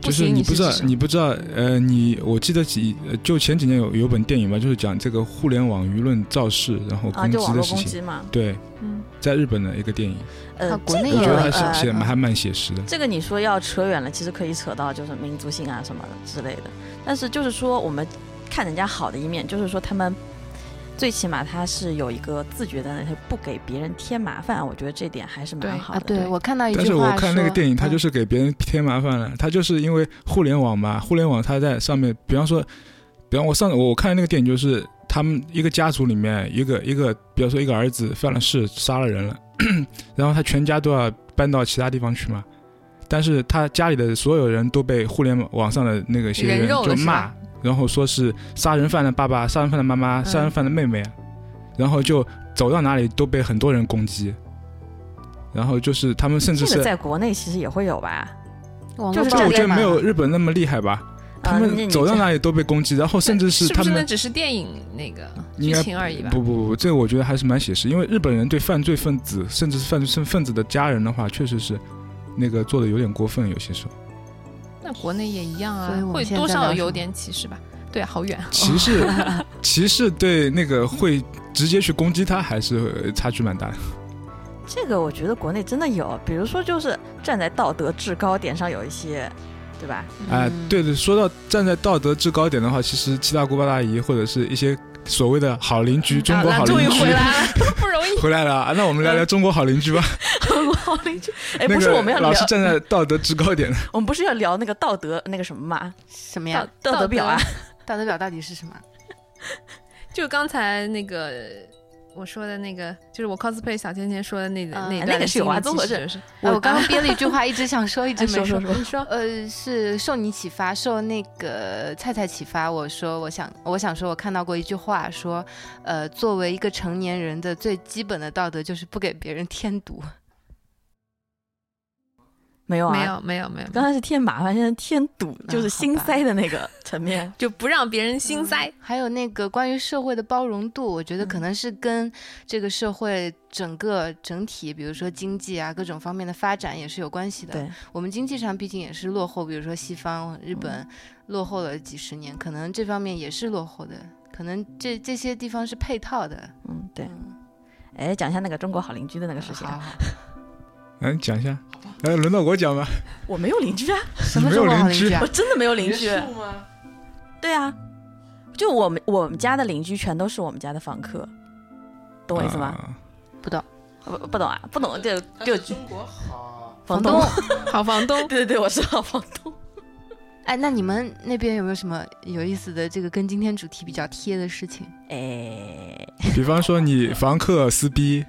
不
就是
行
你
你
不
是
知道
指什，么
你不知道，呃，你我记得几，呃就前几年有有本电影吧，就是讲这个互联网舆论造势，然后
啊，
攻
就
击
网
的
络
事
攻
情。
击嘛。
对，
嗯，
在日本的一个电影，
呃
啊，国内啊
这
我
个
觉得还
呃
是写还蛮写实的。
这个你说要扯远了，其实可以扯到就是民族性啊什么的之类的。但是就是说，我们看人家好的一面，就是说他们最起码他是有一个自觉的，他不给别人添麻烦。我觉得这点还是蛮
对
好
啊，
的。
对我看到一句
但
话
是
说，嗯
我看那个电影，
嗯
他就是是给别人添麻烦了。他就是因为互联网嘛，互联网他在上面，比方说，比方我上我看那个电影，就是他们一个家族里面，一个一个，比方说一个儿子犯了事，杀了人了， 然后他全家都要搬到其他地方去嘛。但是他家里的所有人都被互联网上的那个些
人
人
肉
就
了是
骂
吧，
然后说是杀人犯的爸爸、杀人犯的妈妈、
嗯
杀人犯的妹妹啊，然后就走到哪里都被很多人攻击，然后就是他们甚至
这
是
个在国内其实也会有吧？
网
就
络
是
暴
但
这
我
力
觉得
嘛
没有日本那么厉害吧。他
啊那
们
你
走到
这
哪里都被攻击，然后甚至是
是不
他
是那
们
只是电影那个
应
剧
该
情而已吧？
不不不，这个我觉得还是蛮写实，因为日本人对犯罪分子甚至是犯罪分子的家人的话，确实是那个做的有点过分，有些时候
那国内也一样啊
所以，我们
会
现在
多
在
少
聊什
有
么
点歧视吧？对，好远。
歧视歧视对那个会直接去攻击他，还是呃差距蛮大的。
这个我觉得国内真的有，比如说就是站在道德制高点上有一些，对吧？
哎、
嗯
对对，说到站在道德制高点的话，其实七大姑八大姨或者是一些所谓的好邻居，中国
啊
好
那终于
邻居
回来了，不容易。
回来了啊，那我们聊聊中国好邻居吧。
我好邻居，哎，
那
不是
个
我们要聊
老，是站在道德制高点的，
我们不是要聊那个道德那个什么嘛？
什么
道
哎呀？
道德表啊，
道德表到底是什么？
就刚才那个我说的那个，就是我 cosplay 小甜甜说的那个、
啊
那
哎
段
那个是有
经历
啊综合症
其实就是
哎，我刚刚憋了一句话，一直想说，一直
哎
没
说
说
说。说，
你说
呃，是受你启发，受那个菜菜启发。我说，我想，我想说，我看到过一句话，说，呃，作为一个成年人的最基本的道德就是不给别人添堵。
没有啊？
没有没有没有，
刚才是添麻烦，现在添堵，就是心塞的那个层面。
就不让别人
嗯
心塞。
嗯还有那个关于社会的包容度，我觉得可能是跟这个社会整个整体，比如说经济啊各种方面的发展也是有关系的。
对，
我们经济上毕竟也是落后，比如说西方、日本落后了几十年，可能这方面也是落后的，可能这这些地方是配套的。
嗯，对。
嗯，
哎，讲一下那个中国好邻居的那个事情啊，
好好，
嗯，讲一下。哎，轮到我讲吧。
我没有邻居啊，
什么中国好邻居 啊
我？真的没有邻居。对啊，就我们我们家的邻居全都是我们家的房客，懂我意思吗？
啊
不懂，
不不懂啊，不懂就就
中国好，
房
东
东。
好房东，
对对对，我是好房东。
哎，那你们那边有没有什么有意思的这个跟今天主题比较贴的事情？
哎，
比方说你房客撕逼，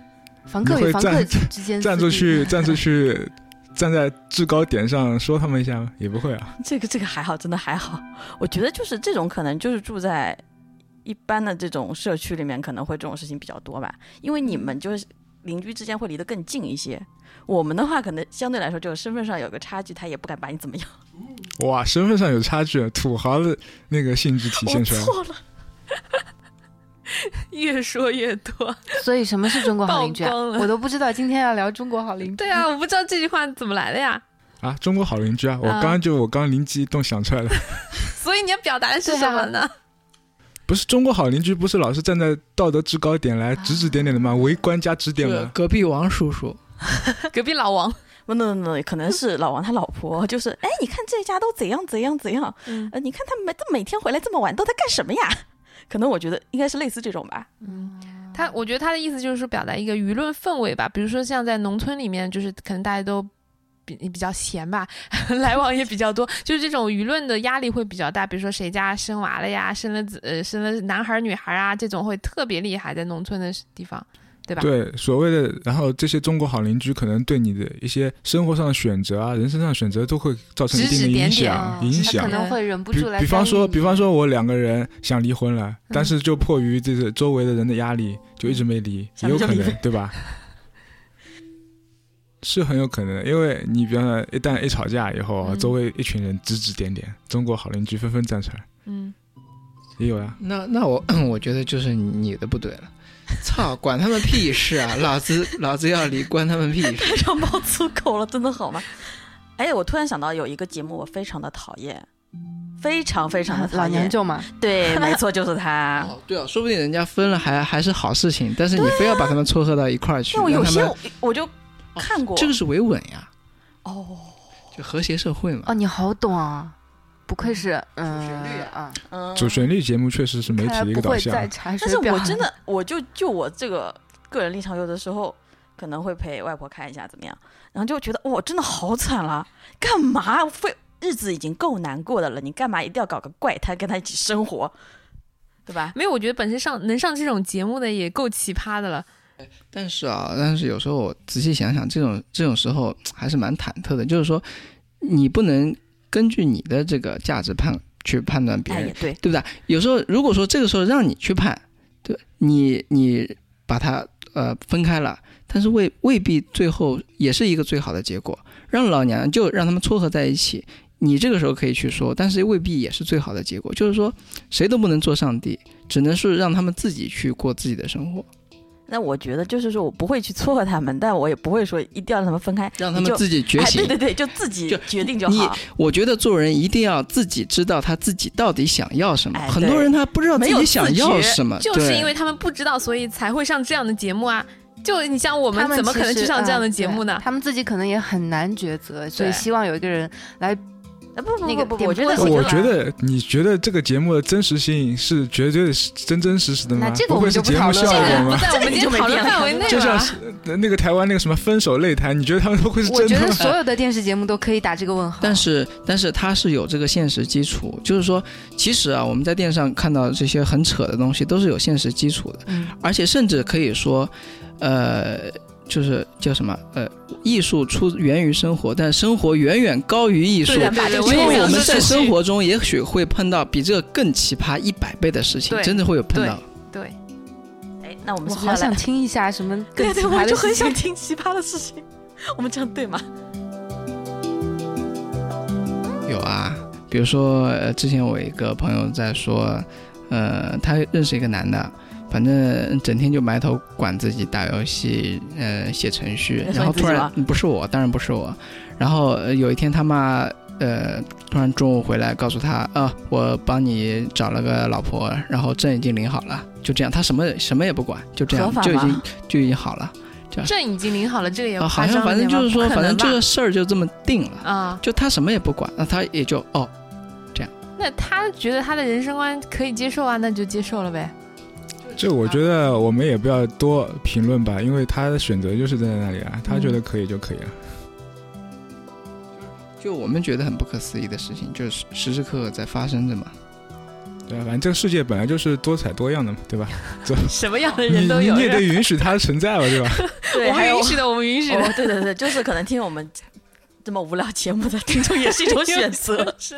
房客
你
与
会
房客
站
之间
站
撕
出
逼
去，站出去，站在制高点上说他们一下吗？也不会啊。
这个这个还好，真的还好。我觉得就是这种可能就是住在一般的这种社区里面，可能会这种事情比较多吧，因为你们就是邻居之间会离得更近一些。我们的话，可能相对来说，这个身份上有个差距，他也不敢把你怎么样。
哇，身份上有差距，啊土豪的那个性质体现出来
我
了。
错了，
越说越多。
所以什么是中国好邻居、啊
曝光？了
我都不知道今天要聊中国好邻居。
对啊，我不知道这句话怎么来的呀。
啊，中国好邻居啊！我
啊
刚刚就我刚灵机一动想出来的，
所以你要表达的是
对啊
什么 呢？
不是中国好邻居，不是老是站在道德制高点来指指点点的吗？围观加指点
是
吗？
隔壁王叔叔，
隔壁老王，
不，no no no，可能是老王他老婆，就是哎，你看这家都怎样怎样怎样，
嗯
呃，你看他们每天回来这么晚，都在干什么呀？ 可能我觉得应该是类似这种吧。
嗯
他我觉得他的意思就是说表达一个舆论氛围吧，比如说像在农村里面，就是可能大家都。比比较闲吧， 来往也比较多，就是这种舆论的压力会比较大。比如说谁家生娃了呀，生了子呃生了男孩儿女孩儿啊，这种会特别厉害，在农村的地方，对吧？
对，所谓的，然后这些中国好邻居可能对你的一些生活上的选择啊、人生上的选择都会造成一
指
定的影
指点点
响，
啊
嗯影
他可
响。
能会忍不
比
住来
比方说，
干预你嗯
比方说我两个人想离婚了，但是就迫于这个周围的人的压力，就一直没离，也
嗯
想
有
着就
可
离
能
呗，
对吧？是很有可能的，因为你比方说一旦一吵架以后啊，
嗯
周围一群人指指点点，中国好邻居纷纷站出来，
嗯，
也有啊呀。
那那我 我觉得就是你的不对了。操，管他们屁事啊！老子老子要离，关他们屁事。
非常爆粗口了，真的好吗？哎，我突然想到有一个节目，我非常的讨厌，非常非常的讨厌。
老娘舅嘛，
对，没错，就是他。
哦，对啊，说不定人家分了还还是好事情，但是你非要把他们撮合到一块儿去，
但我有
让他
些
们
我我就看过，
哦这个是维稳呀，
哦，
就和谐社会嘛。
哦，你好懂啊，不愧是嗯
旋律
啊，
嗯
主旋律节目确实是媒体
看
的
来
一个
不
导
会再
向，
查
但
水
是
表
我真的，我就就我这个个人立场，有的时候可能会陪外婆看一下怎么样，然后就觉得哇，真的好惨啦，干嘛非日子已经够难过的了，你干嘛一定要搞个怪胎跟他一起生活，对吧？
没有，我觉得本身上能上这种节目的也够奇葩的了。
但是啊，但是有时候我仔细想想，这种这种时候还是蛮忐忑的。就是说，你不能根据你的这个价值判去判断别
哎，
人
也，对，
对不对？有时候如果说这个时候让你去判，对你你把它呃分开了，但是未未必最后也是一个最好的结果。让老娘就让他们撮合在一起，你这个时候可以去说，但是未必也是最好的结果。就是说，谁都不能做上帝，只能是让他们自己去过自己的生活，
那我觉得就是说我不会去撮合他们，但我也不会说一定要让他们分开，
让他
你
们
就
自己觉
哎，
醒。
对对对，就自己
就
决定就
你
好。
我觉得做人一定要自己知道他自己到底想要什么。
哎
很多
对
人他不知道自
没有
己
自
想要
觉
什么，
就是
啊对
因为他们不知道，所以才会上这样的节目啊。就你像我
他
们怎么
其
可能
实
去上这样的
嗯
节目
对
呢？
他们自己可能也很难抉择，所以
对
希望有一个人
啊不不
那个
不不不，
点
我觉得
播
是
我
我
觉
觉得你觉得这个节目的真实性是绝对是真真实实的吗？
那这个
不
我
会
们
是
就不
节目
讨论
效
了
果
不
吗？
在我们今天讨论范围内
就像
了。啊
是呃那个台湾那个什么分手擂台，你觉得他们都会是
我
真
觉
的
得
吗？
所有的电视节目都可以打这个问号。
但是，但是它是有这个现实基础，就是说，其实啊，我们在电视上看到这些很扯的东西，都是有现实基础的，
嗯，
而且甚至可以说，呃，就是叫什么，呃，艺术出源于生活，但生活远远高于艺术
对，的，对
因
的，
因
也
为
想
我们
说
在
是
生活中也许会碰到比这个更奇葩一百倍的事情，
对
真的会有碰到。
对，
哎，那我们
我
是不
好
是要来
想听一下什么更
对
奇
对，我
葩
就
的
很
事
想
情。
听奇葩的事情。 我们这样对吗？
有啊，比如说、呃、之前我一个朋友在说，呃，他认识一个男的，反正整天就埋头管自己打游戏，呃，写程序
你，说
然后
你自
突
己
然
吗
嗯不是我，当然不是我，然后、呃有一天他妈。呃，突然中午回来告诉他，啊、我帮你找了个老婆，然后证已经领好了，就这样，他什么什么也不管，就这样
合法
就已经
吗
就已经好了。
证已经领好了，这个也
啊，好
夸
像
张了
反正
点吧
就是说，
不可
反
能
正这
吧
个事儿就这么定了，
啊，
就他什么也不管，那他也就哦，
那他觉得他的人生观可以接受啊，那就接受了呗。
这我觉得我们也不要多评论吧，
嗯
啊因为他的选择就是在那里啊，他觉得可以就可以了。
就我们觉得很不可思议的事情，就是时时刻刻在发生着嘛。
对吧？反正这个世界本来就是多彩 多样的嘛，对吧？
什么样的
你
人都
你
有。
你也得允许它的存在吧，对吧？
对，
我
还
们
有
允许的，我们允许的。。
哦，对对对，就是可能听我们这么无聊节目的听众也是一种选择
是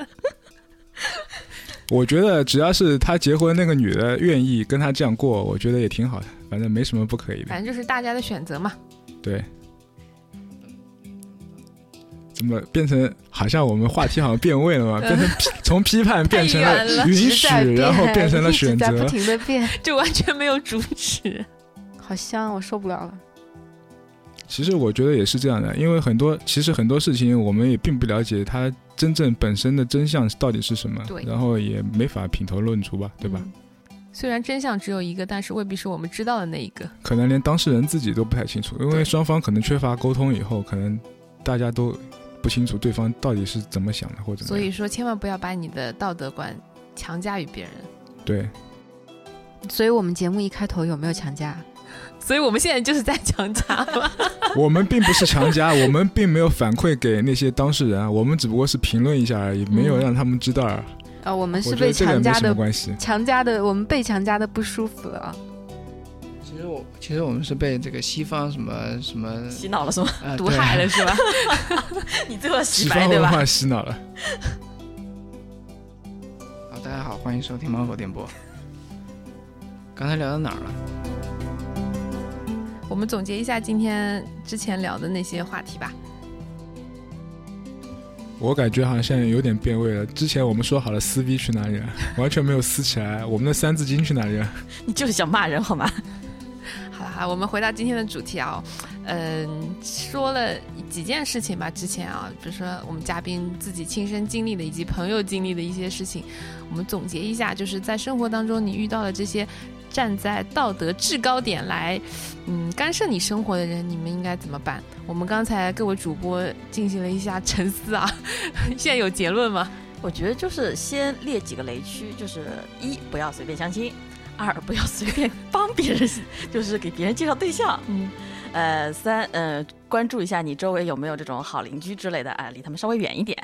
我觉得只要是他结婚那个女的愿意跟他这样过，我觉得也挺好的，反正没什么不可以的。
反正就是大家的选择嘛。
对。怎么变成好像我们话题好像变味了
啊
嘛？变成批从批判变成
太远了
允许
一直在，变
然后变成 了
一直
选
在不
择。
停的变，
就完全没有主旨。
好香，我受不了了。
其实我觉得也是这样的，因为很多其实很多事情我们也并不了解它真正本身的真相到底是什么
对，嗯
然后也没法品头论足吧，对吧？
虽然真相只有一个，但是未必是我们知道的那一个。
可能连当事人自己都不太清楚，因为
对
双方可能缺乏沟通，以后可能大家都不清楚对方到底是怎么想的或者怎
所
么
以
样。
说，千万不要把你的道德观强加于别人。
对，
所以我们节目一开头有没有强加？
所以我们现在就是在强加 嘛。
我们并不是强加， 我们并没有反馈给那些当事人啊，我们只不过是评论一下而已，没有让他们知道啊。
啊，我们
我
是
觉得
被
这个
强
没
加
什么
的，
关系。
强加的，我们被强加的不舒服了啊。
其实我其实我们是被这个西方什么什 么
洗脑了是吗？
呃
毒害了
对
是吧？
你最后
西
洗白
方
对
文
吧？
化洗脑了。
好，啊大家好，欢迎收听芒果电波。刚才聊到哪儿了？
我们总结一下今天之前聊的那些话题吧。
我感觉好像有点变味了。之前我们说好了撕逼去哪里了，啊 完全没有撕起来。我们的三字经去哪里啊了？
你就是想骂人好吗？
好了，好了，我们回到今天的主题啊、嗯、说了几件事情吧。之前啊，比如说我们嘉宾自己亲身经历的，以及朋友经历的一些事情，我们总结一下，就是在生活当中你遇到了这些站在道德制高点来，嗯，干涉你生活的人，你们应该怎么办？我们刚才各位主播进行了一下沉思啊， 现在有结论吗？
我觉得就是先列几个雷区，就是一不要随便相亲， 二不要随便帮别人，就是给别人介绍对象，
嗯，
呃，三呃关注一下你周围有没有这种好邻居之类的啊，离他们稍微远一点。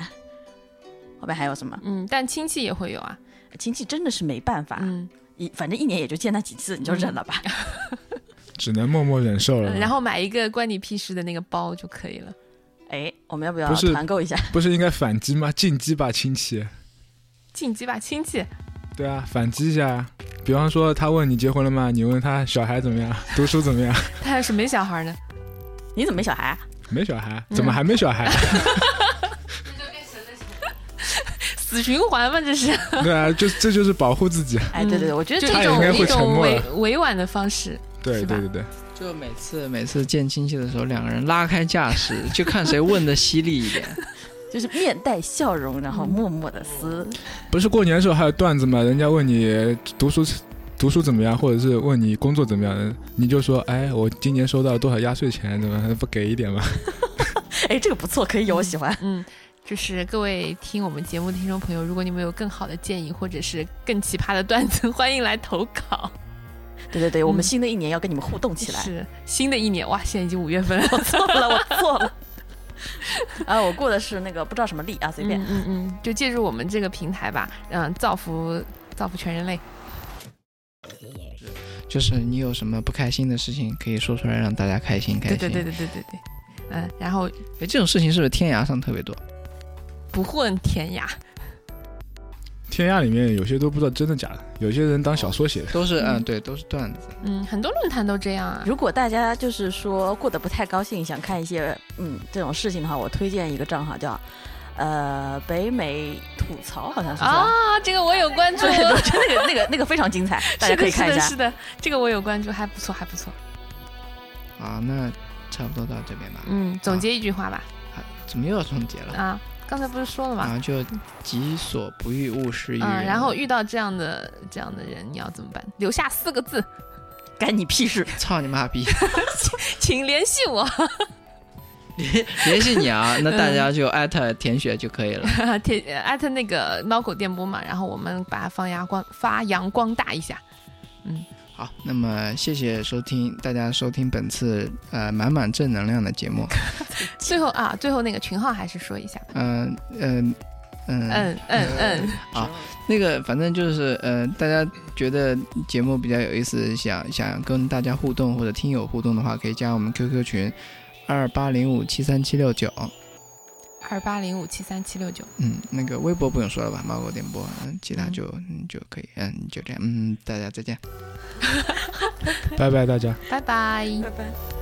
后面还有什么？
嗯，但亲戚也会有啊，
亲戚真的是没办法，
嗯，
一反正一年也就见那几次，你就忍了吧。
只能默默忍受了。
嗯然后买一个关你屁事的那个包就可以了。
哎，我们要不要
不是
团购一下？
不是应该反击吗？进击吧，亲戚。
晋级吧，亲戚。
对啊，反击一下呀。比方说，他问你结婚了吗？你问他小孩怎么样， 读书怎么样？
他要是没小孩呢？
你怎么没小孩啊？
没小孩，怎么还没小孩？
死循环嘛，这 是
对啊，就这就是保护自己。
哎，对对对，我觉得
嗯就
这
他也
种
应该会
一
沉
种
默
委
了
委婉的方式。
对
是吧
对对对，
就每次每次见亲戚的时候，两个人拉开架势，就看谁问的犀利一点。
就是面带笑容，然
嗯
后默默的撕。
不是过年的时候还有段子嘛？人家问你读书读书怎么样，或者是问你工作怎么样，你就说，哎，我今年收到多少压岁钱，怎么不给一点吧？
哎，这个不错，可以有，我喜欢。
嗯，就是各位听我们节目的听众朋友，如果你们有更好的建议或者是更奇葩的段子，欢迎来投稿。
对对对，我们
嗯
新的一年要跟你们互动起来。
是新的一年哇，现在已经五月份了，
我错了，我错了。 啊，我过的是那个不知道什么力啊，随便。
嗯嗯嗯，就借助我们这个平台吧，嗯，造福造福全人类。
就是你有什么不开心的事情，可以说出来让大家开心开
对
心。
对对对对对对，嗯，然后
哎，这种事情是不是天涯上特别多？
不混天涯，
天涯里面有些都不知道真的假的，有些人当小说写的。
都是
嗯
嗯对，都是段子。
嗯，很多论坛都这样啊。
如果大家就是说过得不太高兴，想看一些嗯这种事情的话，我推荐一个账号叫呃北美吐槽，好像是 吧？
啊，这个我有关 注，
对，我觉得那个那个那个非常精彩，大家可以看一
是
下。
的，是的，这个我有关注，还不错，还不错。
好，啊那差不多到这边吧。
嗯，总结一句话吧。
怎么又要总结了？
啊，刚才不是说了吗？
啊，就己所不欲，勿施于人。
嗯，然后遇到这样的这样的人，你要怎么办？留下四 个字，
干你屁事！
操你妈逼，
请联系我。
联系你 啊！那大
嗯
家就艾特田雪就可以了。
贴呃艾特那个猫狗电波嘛，然后我们把它发扬光发扬光大一下。
好，那么谢谢收听大家收听本次呃满满正能量的节 目。
最后啊，最后那个群号还是说一下吧。
嗯嗯嗯，
嗯嗯嗯，
那个反正就是呃，大家觉得节目比较有意思，想想跟大家互动或者听友互动的话，可以加我们 QQ 群二八零五七三七六九。
二八零五七三七六九。
嗯，那个微博不用说了吧，猫狗电波，嗯，其他就嗯就可以，嗯就这样，嗯，大家再见。
拜拜大家。
拜拜。
拜。